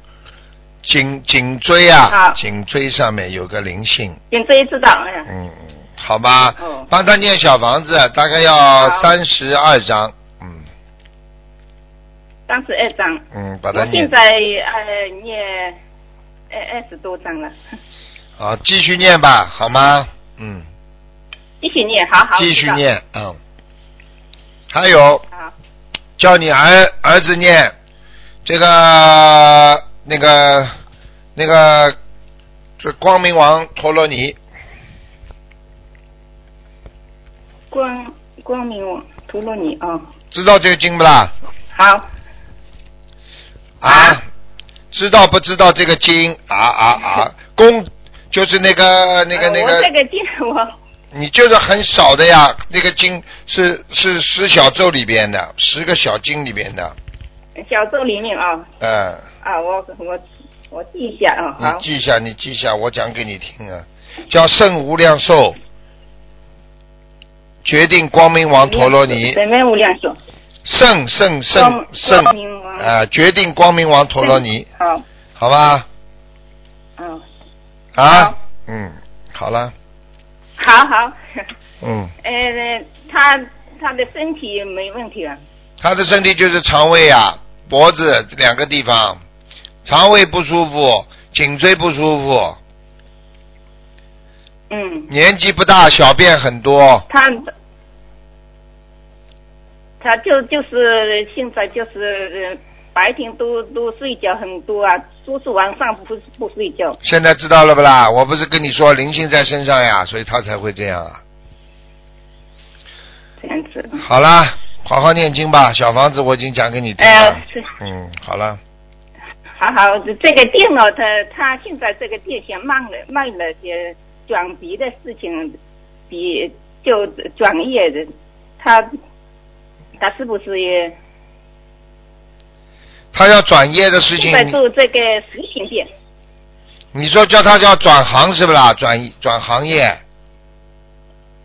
Speaker 1: 颈颈椎啊
Speaker 7: 好，
Speaker 1: 颈椎上面有个灵性，
Speaker 7: 颈椎知道，嗯，
Speaker 1: 嗯，嗯，好吧，
Speaker 7: 哦
Speaker 1: 帮他念小房子，大概要
Speaker 7: 好
Speaker 1: 三十二张，嗯
Speaker 7: 三十二张，
Speaker 1: 嗯，把它
Speaker 7: 我现
Speaker 1: 念
Speaker 7: 在呃念二二十多张了，
Speaker 1: 好，继续念吧，好吗？嗯，
Speaker 7: 继续念，好好，
Speaker 1: 继续
Speaker 7: 知道，
Speaker 1: 念，嗯，还有
Speaker 7: 好，
Speaker 1: 叫你儿儿子念这个那个那个这光明王陀罗尼。
Speaker 7: 光光明我陀罗尼哦，
Speaker 1: 知道这个经不啦？
Speaker 7: 好。
Speaker 1: 啊，知道不知道这个经？啊啊 啊！功就是那个那个
Speaker 7: 呃
Speaker 1: 那
Speaker 7: 我这
Speaker 1: 个，
Speaker 7: 个经我
Speaker 1: 你就是很少的呀。那个经是是十小咒里边的，十个小经里边的。
Speaker 7: 小咒里面啊
Speaker 1: 嗯，
Speaker 7: 啊，我我我记一下啊，好
Speaker 1: 你记一下，你记一下，我讲给你听啊。叫圣无量寿，决定光明王陀罗尼，
Speaker 7: 水面无量寿，
Speaker 1: 圣圣圣
Speaker 7: 光
Speaker 1: 圣
Speaker 7: 光明王哦
Speaker 1: 啊，决定光明王陀罗尼，
Speaker 7: 好，
Speaker 1: 好吧？
Speaker 7: 嗯，
Speaker 1: 啊
Speaker 7: 好，
Speaker 1: 嗯，好了，
Speaker 7: 好好，
Speaker 1: 嗯。
Speaker 7: 呃，他他的身体没问题了，
Speaker 1: 他的身体就是肠胃啊、脖子两个地方，肠胃不舒服，颈椎不舒服，
Speaker 7: 嗯，
Speaker 1: 年纪不大，小便很多，
Speaker 7: 他他就就是现在就是、呃、白天都都睡觉很多啊，都是晚上不不睡觉，
Speaker 1: 现在知道了不啦？我不是跟你说灵性在身上呀，所以他才会这样啊。
Speaker 7: 这样子，
Speaker 1: 好啦，好好念经吧，小房子我已经讲给你听了。
Speaker 7: 呃是
Speaker 1: 嗯，好了，
Speaker 7: 好好，这个店哦，他他现在这个店想卖了卖了，些转别的事情，比就转业的，他他是不是也
Speaker 1: 他要转业的事情
Speaker 7: 现，在做这个实体店？
Speaker 1: 你说叫他叫转行是不啦？转转行业，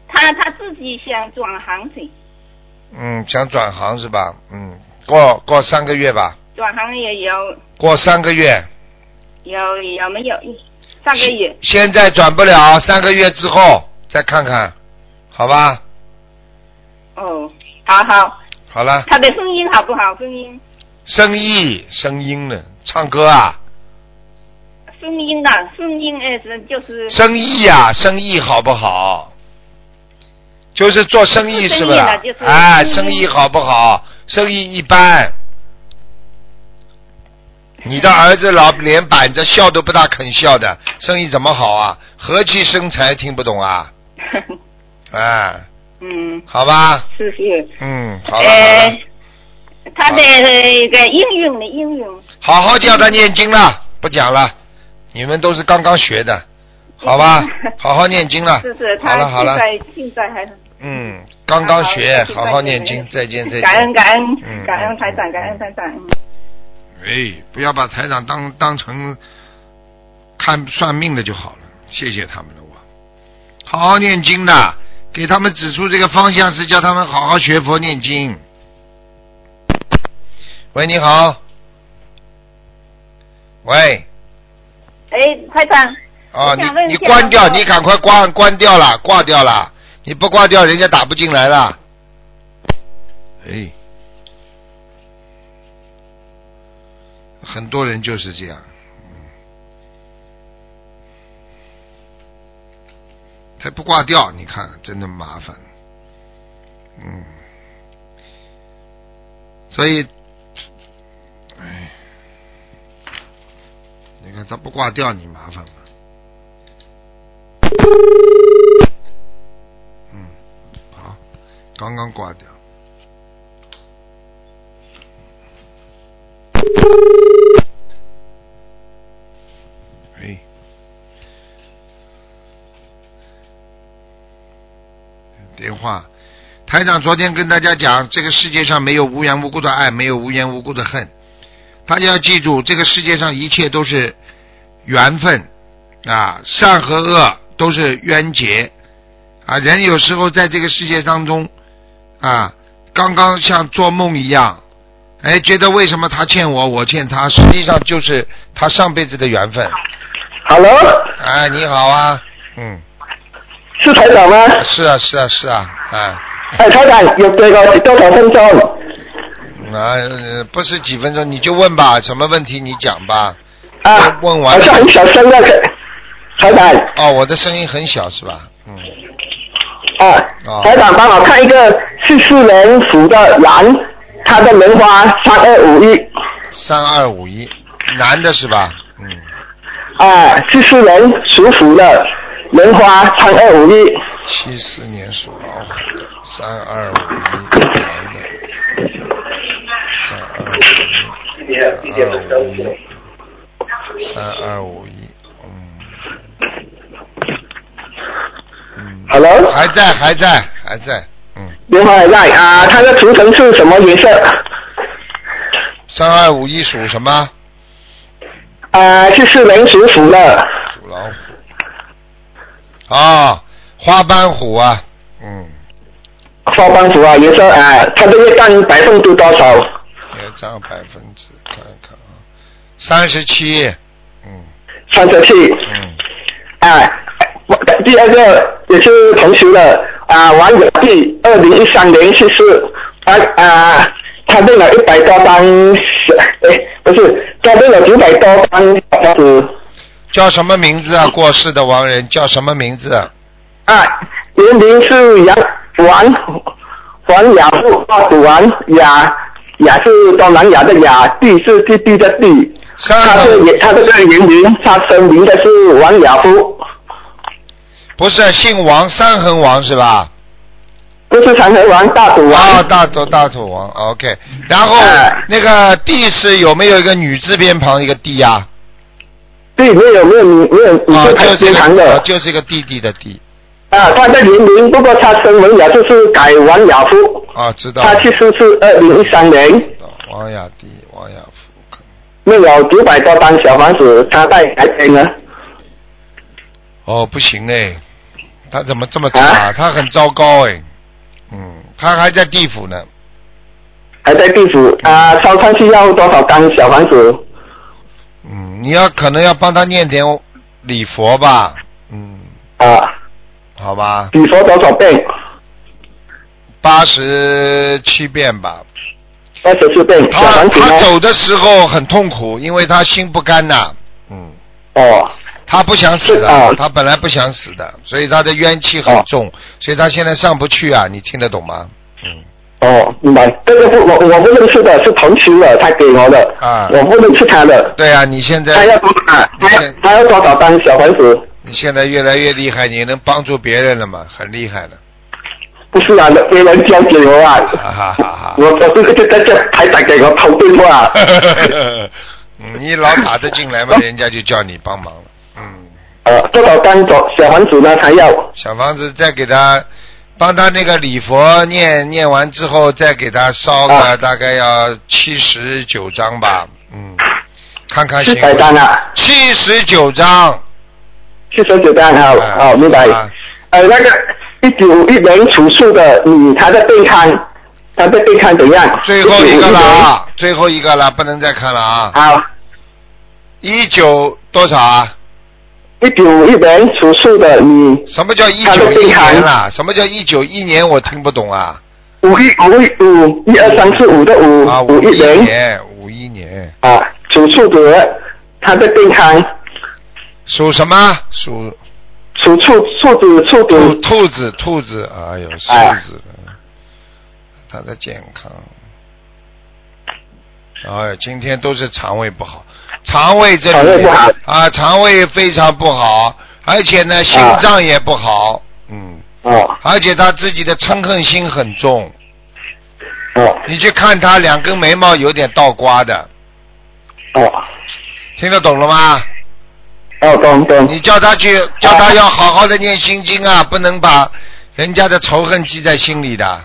Speaker 7: 他他自己想转行去，
Speaker 1: 嗯，想转行是吧？嗯，过过三个月吧，
Speaker 7: 转行也有
Speaker 1: 过三个月。
Speaker 7: 有有没有上个月？
Speaker 1: 现在转不了，三个月之后再看看，好吧？
Speaker 7: 哦，好好，
Speaker 1: 好了，
Speaker 7: 他的声音好不好？声音
Speaker 1: 生意声音呢？唱歌啊，
Speaker 7: 声音啊，声音呃是就是
Speaker 1: 生意啊，生意好不好？就是做生意
Speaker 7: 就是
Speaker 1: 不
Speaker 7: 生意
Speaker 1: 是
Speaker 7: 了就是？
Speaker 1: 哎，
Speaker 7: 生
Speaker 1: 生
Speaker 7: 意
Speaker 1: 意好不好？生意一般。你的儿子老脸板着笑都不大肯笑的，生意怎么好啊？和气生财听不懂啊？哎，
Speaker 7: 嗯，
Speaker 1: 好吧，
Speaker 7: 是是。
Speaker 1: 嗯，好了，好了
Speaker 7: 呃，他的那个应用的应用，
Speaker 1: 好好叫他念经了，不讲了，你们都是刚刚学的，好吧？好好念经了
Speaker 7: 嗯 是是，，他
Speaker 1: 好了好
Speaker 7: 现
Speaker 1: 了，
Speaker 7: 在现在还
Speaker 1: 嗯，刚刚学，
Speaker 7: 好
Speaker 1: 好
Speaker 7: 好
Speaker 1: 好念经，再见再见。
Speaker 7: 感恩感
Speaker 1: 嗯
Speaker 7: 恩感恩台长，感恩台长。嗯
Speaker 1: 哎，不要把台长当当成看算命的就好了，谢谢他们了我。好好念经的，给他们指出这个方向是叫他们好好学佛念经。喂，你好。喂，
Speaker 7: 哎，台长，
Speaker 1: 哦，
Speaker 7: 我想问
Speaker 1: 你
Speaker 7: 一
Speaker 1: 你
Speaker 7: 下
Speaker 1: 关掉，
Speaker 7: 我
Speaker 1: 你赶快关关掉了，挂掉了，你不挂掉，人家打不进来了。哎，很多人就是这样，嗯他不挂掉，你看真的麻烦，嗯，所以，哎，你看他不挂掉，你麻烦了。嗯，好，刚刚挂掉。哎，电话，台长昨天跟大家讲，这个世界上没有无缘无故的爱，没有无缘无故的恨。大家要记住，这个世界上一切都是缘分啊，善和恶都是冤结啊。人有时候在这个世界当中啊，刚刚像做梦一样，哎，觉得为什么他欠我，我欠他，实际上就是他上辈子的缘分。
Speaker 8: Hello，
Speaker 1: 哎，你好啊，嗯，
Speaker 8: 是台长吗？
Speaker 1: 是啊，是啊，是啊，哎，
Speaker 8: 哎，台长有给我多少分钟？
Speaker 1: 啊、呃不是几分钟，你就问吧，什么问题你讲吧。
Speaker 8: 啊，
Speaker 1: 问完
Speaker 8: 好像很小声的，台长
Speaker 1: 哦，我的声音很小是吧？嗯，
Speaker 8: 啊
Speaker 1: 哦，
Speaker 8: 台长帮我看一个四四年属的男，他的莲花三二五一
Speaker 1: 三二五一，男的是吧？嗯，
Speaker 8: 啊，四四年属虎的莲花三二五一
Speaker 1: 七四年属老虎的，三二五一，男的，三二五一，三二五一，三二五一，嗯，嗯，
Speaker 8: ，Hello，
Speaker 1: 还在，还在，还在，嗯，
Speaker 8: 莲花还在啊，他的图腾是什么颜色？
Speaker 1: 三二五一属什么？
Speaker 8: 啊，四四年属虎的，
Speaker 1: 属老虎。啊、花斑虎啊，嗯，
Speaker 8: 花帮虎啊，颜色啊，他的月干百分之多少？
Speaker 1: 也涨百分之，看看啊，三十七，嗯
Speaker 8: 三十七
Speaker 1: 嗯，
Speaker 8: 啊，我的第二个也是同学的啊，王友弟，二零一三年去世，啊啊，他练了一百多张，哎，不是，他练了九百多张小子
Speaker 1: 叫什么名
Speaker 8: 嗯
Speaker 1: 字啊？过世的亡人叫什么名字？
Speaker 8: 啊，年龄是杨王王雅富，花古王雅雅是东南亚的雅，地是地地的地，
Speaker 1: 三
Speaker 8: 他是
Speaker 1: 个
Speaker 8: 也他这个年龄，他声明的是王雅夫，
Speaker 1: 不是姓王，三横王是吧？
Speaker 8: 不是长河王大古王。
Speaker 1: 啊、大头大头王，OK。然后、
Speaker 8: 哎
Speaker 1: 那个地是有没有一个女字边旁一个地呀、啊？
Speaker 8: 对，没有没有你没有，你
Speaker 1: 啊，
Speaker 8: 是
Speaker 1: 就
Speaker 8: 太
Speaker 1: 是一
Speaker 8: 偏行
Speaker 1: 个
Speaker 8: 的
Speaker 1: 啊就是一个弟弟的弟
Speaker 8: 啊。他的年龄，不过他声纹了，就是改完雅夫，
Speaker 1: 啊，知道
Speaker 8: 他去世是二零一三
Speaker 1: 知
Speaker 8: 年，
Speaker 1: 道王雅弟王雅福，看
Speaker 8: 没有九百多单小房子，他在哪边呢？
Speaker 1: 哦，不行哎，他怎么这么差？
Speaker 8: 啊
Speaker 1: 他很糟糕哎，嗯，他还在地府呢，
Speaker 8: 还在地府啊，烧上去要多少张小房子？
Speaker 1: 嗯，你要可能要帮他念点礼佛吧，嗯，
Speaker 8: 啊，
Speaker 1: 好吧，
Speaker 8: 比佛多少遍？
Speaker 1: 八十七遍吧，
Speaker 8: 二十四遍小
Speaker 1: 他
Speaker 8: 房子
Speaker 1: 他
Speaker 8: 呢？
Speaker 1: 走的时候很痛苦，因为他心不甘呐、嗯，
Speaker 8: 哦，
Speaker 1: 他不想死
Speaker 8: 是啊
Speaker 1: 的，他本来不想死的，所以他的冤气很重，所以他现在上不去啊，你听得懂吗？嗯，
Speaker 8: 哦，明白。这个不，我我不认识的，是同学的，他给我的，
Speaker 1: 啊
Speaker 8: 我不认识他的。
Speaker 1: 对啊，你现
Speaker 8: 他要
Speaker 1: 在
Speaker 8: 多啊，
Speaker 1: 你
Speaker 8: 他
Speaker 1: 先
Speaker 8: 他要多少张小房子？
Speaker 1: 你现在越来越厉害，你能帮助别人了嘛？很厉害 了，
Speaker 8: 不是啊，别人交给我
Speaker 1: 哈
Speaker 8: 啊，
Speaker 1: 哈哈哈
Speaker 8: 我我这个就在这台长给我投 电话。
Speaker 1: 嗯你老打得进来嘛，人家就叫你帮忙了。嗯，
Speaker 8: 呃，多少张小小房子呢？他要
Speaker 1: 小房子再给他帮他那个礼佛念念完之后，再给他烧
Speaker 8: 啊
Speaker 1: 个大概要七十九章吧，嗯，看看
Speaker 8: 七
Speaker 1: 行
Speaker 8: 百
Speaker 1: 不
Speaker 8: 张啊，
Speaker 1: 七十九章，
Speaker 8: 七十九张啊，
Speaker 1: 哎
Speaker 8: 哦，明白。
Speaker 1: 啊
Speaker 8: 呃，那个一九一零属鼠的你，他的健康，他的健康怎样？
Speaker 1: 最后一个了
Speaker 8: 1910。
Speaker 1: 啊，最后一个了，不能再看了啊。
Speaker 8: 好，
Speaker 1: 一九多少啊？
Speaker 8: 一九一零属鼠的你，
Speaker 1: 什么叫一
Speaker 8: 他
Speaker 1: 九
Speaker 8: 的
Speaker 1: 一
Speaker 8: 病
Speaker 1: 年
Speaker 8: 寒
Speaker 1: 了？什么叫一九一年？我听不懂啊。
Speaker 8: 五一五一五一二三四五的五
Speaker 1: 啊，
Speaker 8: 五
Speaker 1: 一
Speaker 8: 一零
Speaker 1: 年，五一年，
Speaker 8: 啊，属鼠的，他的健康，
Speaker 1: 属什么？属
Speaker 8: 属兔兔子
Speaker 1: 兔
Speaker 8: 兔子
Speaker 1: 兔子，兔子，哎呦，
Speaker 8: 嗯哎
Speaker 1: 兔子，他的健康。哎呦，今天都是肠胃不好，肠胃这
Speaker 8: 肠胃
Speaker 1: 里
Speaker 8: 不好
Speaker 1: 啊，肠胃非常不好，而且呢，心
Speaker 8: 啊
Speaker 1: 脏也不好，嗯，
Speaker 8: 哦
Speaker 1: 而且他自己的嗔恨心很重。
Speaker 8: 哦
Speaker 1: 你去看他两根眉毛有点倒刮的，
Speaker 8: 哦
Speaker 1: 听得懂了吗？
Speaker 8: 哦，懂懂。
Speaker 1: 你叫他去，叫他要好好的念心经啊，不能把人家的仇恨记在心里的。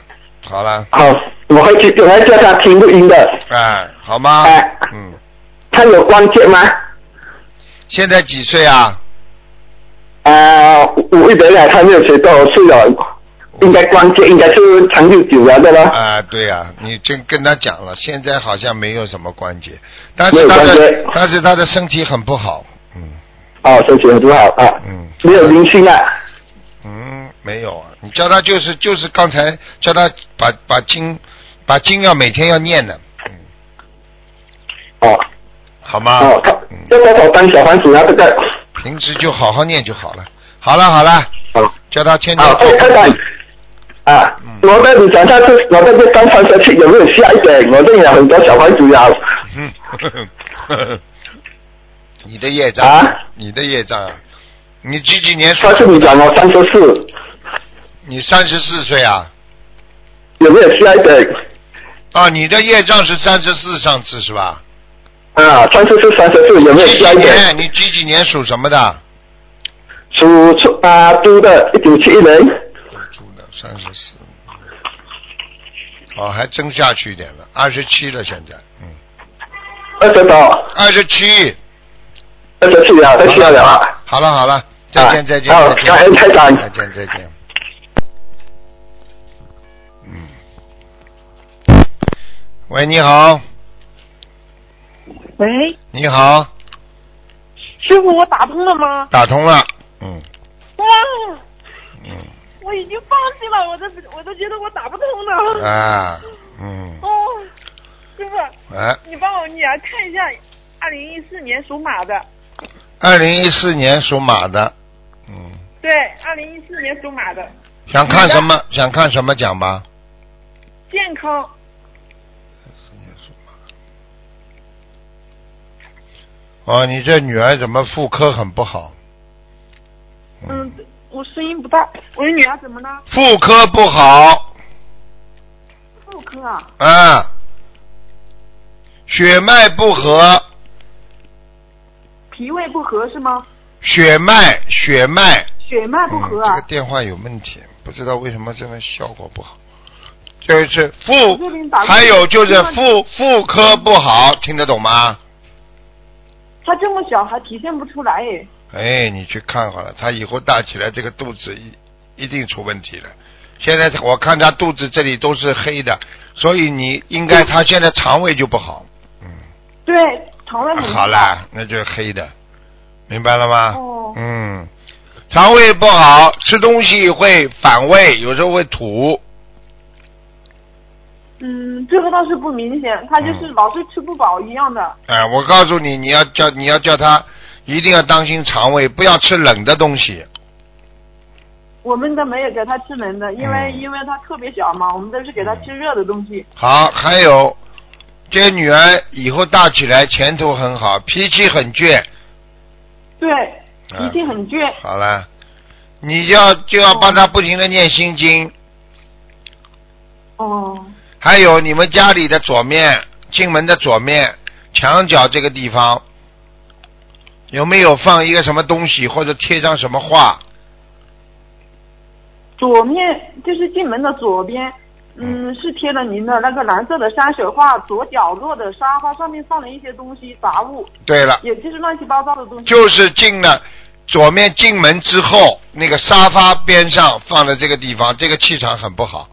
Speaker 1: 好了，
Speaker 8: 好，我会去，我会叫他听录音的。
Speaker 1: 哎，好吗
Speaker 8: 哎？
Speaker 1: 嗯，
Speaker 8: 他有关节吗？
Speaker 1: 现在几岁啊？
Speaker 8: 啊、我一直来他没有学到，是有，应该关节应该是长久久了的咯。
Speaker 1: 啊，对呀、你真跟他讲了，现在好像没有什么关节，但是
Speaker 8: 没有
Speaker 1: 他
Speaker 8: 关
Speaker 1: 的
Speaker 8: 节
Speaker 1: 但是他的身体很不好，嗯
Speaker 8: 哦，身体很不好啊，
Speaker 1: 嗯
Speaker 8: 没有灵性啊。
Speaker 1: 嗯，没有啊，你叫他就是就是刚才叫他把把经把经要每天要念的，嗯，
Speaker 8: 哦
Speaker 1: 好吗？
Speaker 8: 哦，他
Speaker 1: 嗯
Speaker 8: 要多少张小房子啊？这个。
Speaker 1: 平时就好好念就好了。好了好了，
Speaker 8: 哦，
Speaker 1: 叫他天
Speaker 8: 好，
Speaker 1: 天
Speaker 8: 哎，太太。啊，
Speaker 1: 嗯
Speaker 8: 我的你讲下次我的这张三十七有没有下一点？我这里有很多小房子啊。
Speaker 1: 嗯呵呵 你的业障，
Speaker 8: 啊
Speaker 1: 你的业障啊！你几几年属
Speaker 8: 上？次你讲我三十四，
Speaker 1: 你三十四岁啊？
Speaker 8: 有没有下一点？
Speaker 1: 啊，你的业障是三十四，上次是吧？
Speaker 8: 啊，三十四、三十四有没有
Speaker 1: 几
Speaker 8: 下
Speaker 1: 几
Speaker 8: 一点？
Speaker 1: 年？你几几年属什么的？
Speaker 8: 属出啊猪的，一九七一年。
Speaker 1: 猪的三十四。哦，还真下去一点了，二十七了现在，嗯，
Speaker 8: 二十多，
Speaker 1: 二十七，
Speaker 8: 二十七啊，二十七了啊。
Speaker 1: 好了好了，再见
Speaker 8: 啊
Speaker 1: 再见
Speaker 8: 好
Speaker 1: 再见。
Speaker 8: 感恩台长。
Speaker 1: 再见，再见。嗯。喂，你好，
Speaker 5: 喂，
Speaker 1: 你好，
Speaker 5: 师傅，我打通了吗？
Speaker 1: 打通了。嗯
Speaker 5: 哇，
Speaker 1: 嗯
Speaker 5: 我已经放弃了，我都我都觉得我打不通了。
Speaker 1: 啊嗯
Speaker 5: 哦，师傅，
Speaker 1: 哎，
Speaker 5: 你帮我你来看一下，二零一四年属马的，
Speaker 1: 二零一四年属马的，嗯，
Speaker 5: 对，二零一四年属马的，
Speaker 1: 想看什么？想看什么讲吧。
Speaker 5: 健康
Speaker 1: 哦，你这女儿怎么妇科很不好？
Speaker 5: 嗯，我声音不大，我的女儿怎么了？
Speaker 1: 妇科不好
Speaker 5: 妇科啊，
Speaker 1: 啊，血脉不和，
Speaker 5: 脾胃不和是吗？
Speaker 1: 血脉血脉
Speaker 5: 血脉不和
Speaker 1: 嗯。
Speaker 5: 啊
Speaker 1: 这个，电话有问题，不知道为什么这个效果不好。就是妇
Speaker 5: 我这边打，过去
Speaker 1: 还有就是
Speaker 5: 听到
Speaker 1: 妇妇科不好，听得懂吗？
Speaker 5: 她这么小还体现不出来哎。
Speaker 1: 哎，你去看好了，他以后大起来，这个肚子一一定出问题了。现在我看他肚子这里都是黑的，所以你应该他现在肠胃就不好。
Speaker 5: 对，肠胃很
Speaker 1: 好啦，那就是黑的，明白了吗？
Speaker 5: 嗯哦
Speaker 1: 嗯，肠胃不好，吃东西会反胃，有时候会吐。
Speaker 5: 嗯，这个倒是不明显，他就是
Speaker 1: 嗯
Speaker 5: 老是吃不饱一样的。
Speaker 1: 哎、我告诉你，你要叫你要叫他一定要当心肠胃，不要吃冷的东西。
Speaker 5: 我们的没有给他吃冷的，因为、
Speaker 1: 嗯
Speaker 5: 因为他特别小嘛，我们都是给他吃热的东西。
Speaker 1: 好，还有这些女儿以后大起来前途很好，脾气很倔。
Speaker 5: 对，
Speaker 1: 嗯
Speaker 5: 脾气很倔。
Speaker 1: 好了，你要就要帮他不停的念心经。
Speaker 5: 哦，
Speaker 1: 还有你们家里的左面，进门的左面墙角这个地方，有没有放一个什么东西或者贴上什么画？
Speaker 5: 左面就是进门的左边，嗯，是贴了您的那个蓝色的山水画，左角落的沙发上面放了一些东西杂物，
Speaker 1: 对了，
Speaker 5: 也就是乱七八糟的东西。
Speaker 1: 就是进了左面进门之后，那个沙发边上放的这个地方，这个气场很不好。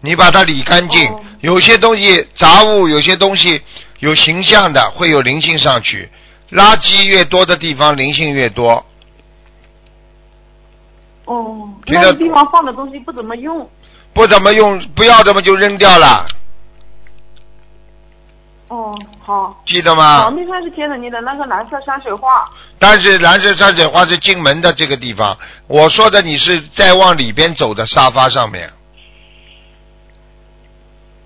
Speaker 1: 你把它理干净，
Speaker 5: 哦
Speaker 1: 有些东西杂物，有些东西有形象的，会有灵性上去。垃圾越多的地方，灵性越多。
Speaker 5: 哦，
Speaker 1: 这
Speaker 5: 那
Speaker 1: 个
Speaker 5: 个地方放的东西不怎么用。
Speaker 1: 不怎么用，不要怎么就扔掉了，
Speaker 5: 哦，
Speaker 1: 嗯
Speaker 5: 好。
Speaker 1: 记得吗？
Speaker 5: 墙壁上是贴着您的那个蓝色山水画。
Speaker 1: 但是蓝色山水画是进门的这个地方，我说的你是再往里边走的沙发上面，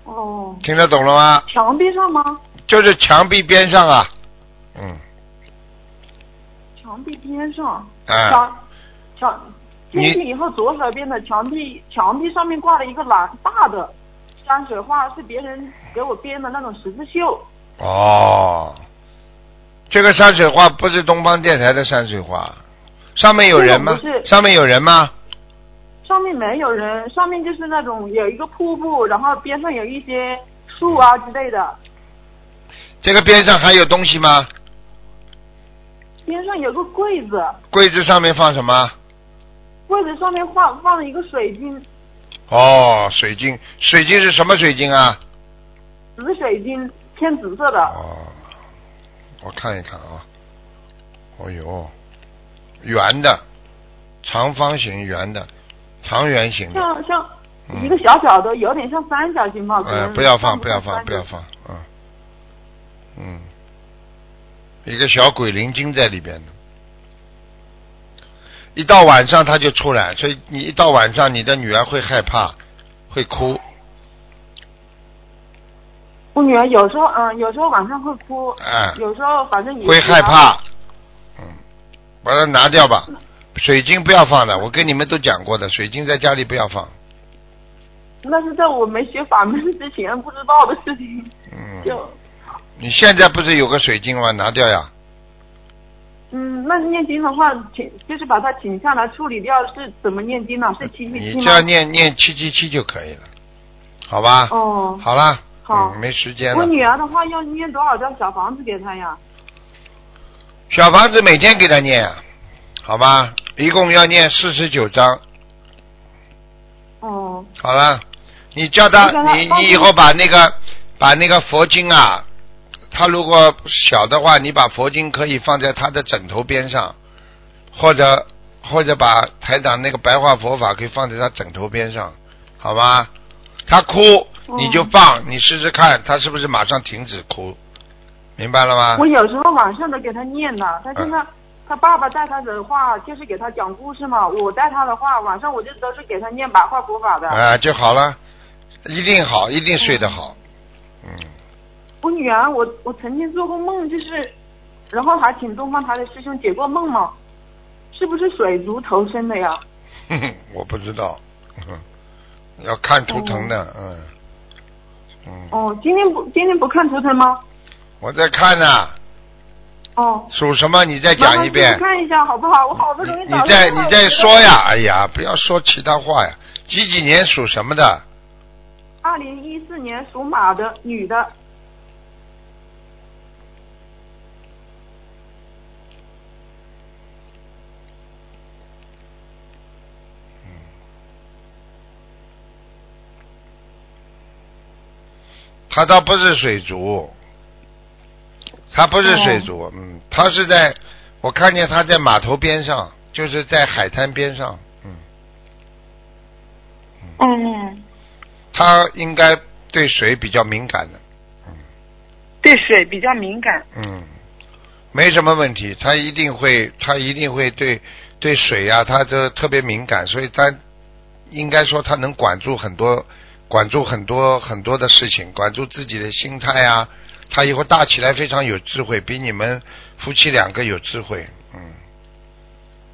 Speaker 5: 哦，
Speaker 1: 听得懂了吗？
Speaker 5: 墙壁上吗？
Speaker 1: 就是墙壁边上啊，嗯，
Speaker 5: 墙壁边上。
Speaker 1: 哎
Speaker 5: 墙墙进
Speaker 1: 你
Speaker 5: 去以后，左手边的墙壁墙壁上面挂了一个蓝大的山水画，是别人给我编的那种十字绣。
Speaker 1: 哦，这个山水画不是东方电台的山水画，上面有人吗
Speaker 5: 这个不？是
Speaker 1: 上面有人吗？
Speaker 5: 上面没有人，上面就是那种有一个瀑布，然后边上有一些树啊之类的，
Speaker 1: 这个边上还有东西吗？
Speaker 5: 边上有个柜子，
Speaker 1: 柜子上面放什么？
Speaker 5: 柜子上面放放了一个水晶，
Speaker 1: 哦，水晶，水晶是什么水晶啊？
Speaker 5: 紫水晶，偏紫色的。
Speaker 1: 哦，我看一看啊，哦呦，圆的，长方形圆的，长圆形的，
Speaker 5: 像像
Speaker 1: 嗯
Speaker 5: 一个小小的，有点像三角形吧。可
Speaker 1: 哎，
Speaker 5: 能
Speaker 1: 不要放，不
Speaker 5: 不
Speaker 1: 要
Speaker 5: 上
Speaker 1: 放，
Speaker 5: 三
Speaker 1: 不
Speaker 5: 角
Speaker 1: 要放，嗯，嗯，一个小鬼灵精在里边的，一到晚上他就出来，所以你一到晚上，你的女儿会害怕，会哭，
Speaker 5: 我女儿有时候嗯，有时候晚上会哭，
Speaker 1: 哎，
Speaker 5: 有时候反正也啊
Speaker 1: 会害怕，嗯，把它拿掉吧。水晶不要放的，我跟你们都讲过的，水晶在家里不要放。
Speaker 5: 那是在我没学法门之前不知道的事情，
Speaker 1: 嗯，
Speaker 5: 就
Speaker 1: 你现在不是有个水晶吗？拿掉呀。
Speaker 5: 嗯，那念经的话，请就是把它请下来处理掉，是怎么念经呢、是七七
Speaker 1: 你啊
Speaker 5: 七
Speaker 1: 只
Speaker 5: 吗？
Speaker 1: 要念念七七七就可以了，好吧？
Speaker 5: 哦，
Speaker 1: 好啦，
Speaker 5: 好
Speaker 1: 嗯，没时间
Speaker 5: 我
Speaker 1: 了。
Speaker 5: 女儿的话要念多少张小房子给她呀？
Speaker 1: 小房子每天给他念啊，好吧？一共要念四十九章，
Speaker 5: 哦，
Speaker 1: 好啦。你叫他
Speaker 5: 我叫，他
Speaker 1: 你
Speaker 5: 帮
Speaker 1: 你
Speaker 5: 助
Speaker 1: 以后把那个把那个佛经啊，他如果小的话，你把佛经可以放在他的枕头边上，或者或者把台长那个白话佛法可以放在他枕头边上，好吗？他哭
Speaker 5: 哦
Speaker 1: 你就放，你试试看他是不是马上停止哭，明白了吗
Speaker 5: 我？有时候晚上都给她念的，她现在。
Speaker 1: 啊
Speaker 5: 她爸爸带她的话，就是给她讲故事嘛。我带她的话，晚上我就都是给她念白话佛法的。
Speaker 1: 啊，就好了，一定好，一定睡得好，嗯，
Speaker 5: 我女儿，我我曾经做过梦，就是，然后还请东方台的师兄解过梦嘛，是不是水族投生的呀？
Speaker 1: 哼哼，嗯 我不知道，哼要看图腾的，嗯，嗯，
Speaker 5: 哦，今天不今天不看图腾吗？
Speaker 1: 我在看呢、
Speaker 5: 哦，
Speaker 1: 属什么？你再
Speaker 5: 麻
Speaker 1: 讲
Speaker 5: 烦
Speaker 1: 一遍
Speaker 5: 师傅。看一下好不好？我好不
Speaker 1: 你
Speaker 5: 容易
Speaker 1: 你
Speaker 5: 找到
Speaker 1: 再
Speaker 5: 这
Speaker 1: 你
Speaker 5: 个
Speaker 1: 再
Speaker 5: 我觉得
Speaker 1: 说呀！哎呀，不要说其他话呀！几几年属什么的？
Speaker 5: 二零一四年属马的女的，
Speaker 1: 他倒不是水族，他不是水
Speaker 5: 哦
Speaker 1: 族，嗯，他是在，我看见他在码头边上，就是在海滩边上，嗯，
Speaker 9: 嗯，
Speaker 1: 他应该对水比较敏感的，
Speaker 5: 对水比较敏感。
Speaker 1: 嗯，没什么问题，他一定会，他一定会对对水啊，他都特别敏感，所以他应该说他能管住很多，管住很多很多的事情，管住自己的心态啊。他以后大起来非常有智慧，比你们夫妻两个有智慧，嗯，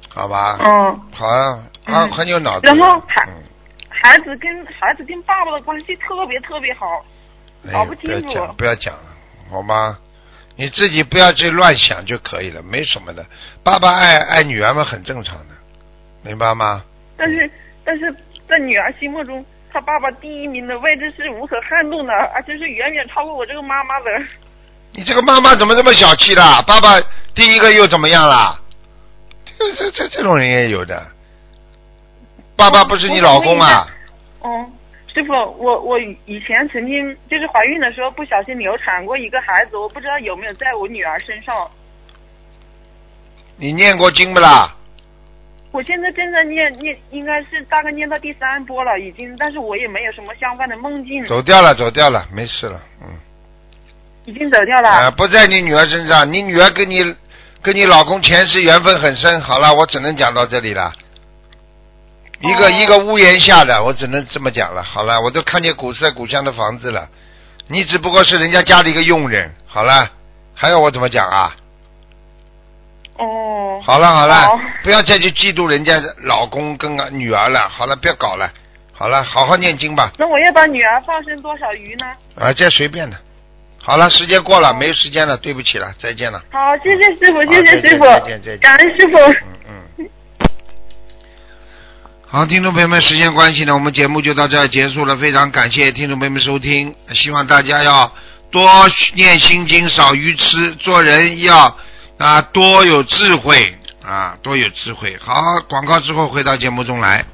Speaker 1: 好吧，
Speaker 5: 嗯，
Speaker 1: 好啊，啊，
Speaker 5: 嗯
Speaker 1: 很有脑子。
Speaker 5: 然后还
Speaker 1: 嗯，
Speaker 5: 孩子跟孩子跟爸爸的关系特别特别好。
Speaker 1: 哎
Speaker 5: 搞
Speaker 1: 呦
Speaker 5: 不
Speaker 1: 不要
Speaker 5: 清楚
Speaker 1: 讲，不要讲了，好吗？你自己不要去乱想就可以了，没什么的。爸爸爱爱女儿们很正常的，明白吗？
Speaker 5: 但是但是在女儿心目中，她爸爸第一名的位置是无可撼动的，而且是远远超过我这个妈妈的。
Speaker 1: 你这个妈妈怎么这么小气啦？爸爸第一个又怎么样啦？这这这这种人也有的。爸爸不是你老公啊？
Speaker 5: 嗯，师傅，我我以前曾经就是怀孕的时候不小心流产过一个孩子，我不知道有没有在我女儿身上。
Speaker 1: 你念过经不啦？
Speaker 5: 我现在正在念念，应该是大概念到第三波了，已经，但是我也没有什么相关的梦境，
Speaker 1: 走掉了，走掉了，没事了，嗯。
Speaker 5: 已经走掉了。
Speaker 1: 啊，不在你女儿身上，你女儿跟你跟你老公前世缘分很深。好了，我只能讲到这里了。一个、一个屋檐下的，我只能这么讲了。好了，我都看见古色古香的房子了，你只不过是人家家里一个佣人。好了，还要我怎么讲啊？
Speaker 4: 嗯
Speaker 5: 哦，
Speaker 1: 好了好了，
Speaker 5: 好
Speaker 1: 不要再去嫉妒人家老公跟女儿了。好了，不要搞了。好了，好好念经吧。
Speaker 5: 那我要把女儿放生多少鱼呢？
Speaker 1: 啊，这随便的。好了，时间过了，没时间了，对不起了，再见了。
Speaker 5: 好，谢谢师傅，
Speaker 1: 好
Speaker 5: 谢谢
Speaker 1: 再见
Speaker 5: 师傅
Speaker 1: 再见再见，
Speaker 5: 感恩师傅。
Speaker 1: 嗯嗯。好，听众朋友们，时间关系呢，我们节目就到这儿结束了。非常感谢听众朋友们收听，希望大家要多念心经，少愚痴，做人要啊多有智慧啊，多有智慧。好，广告之后回到节目中来。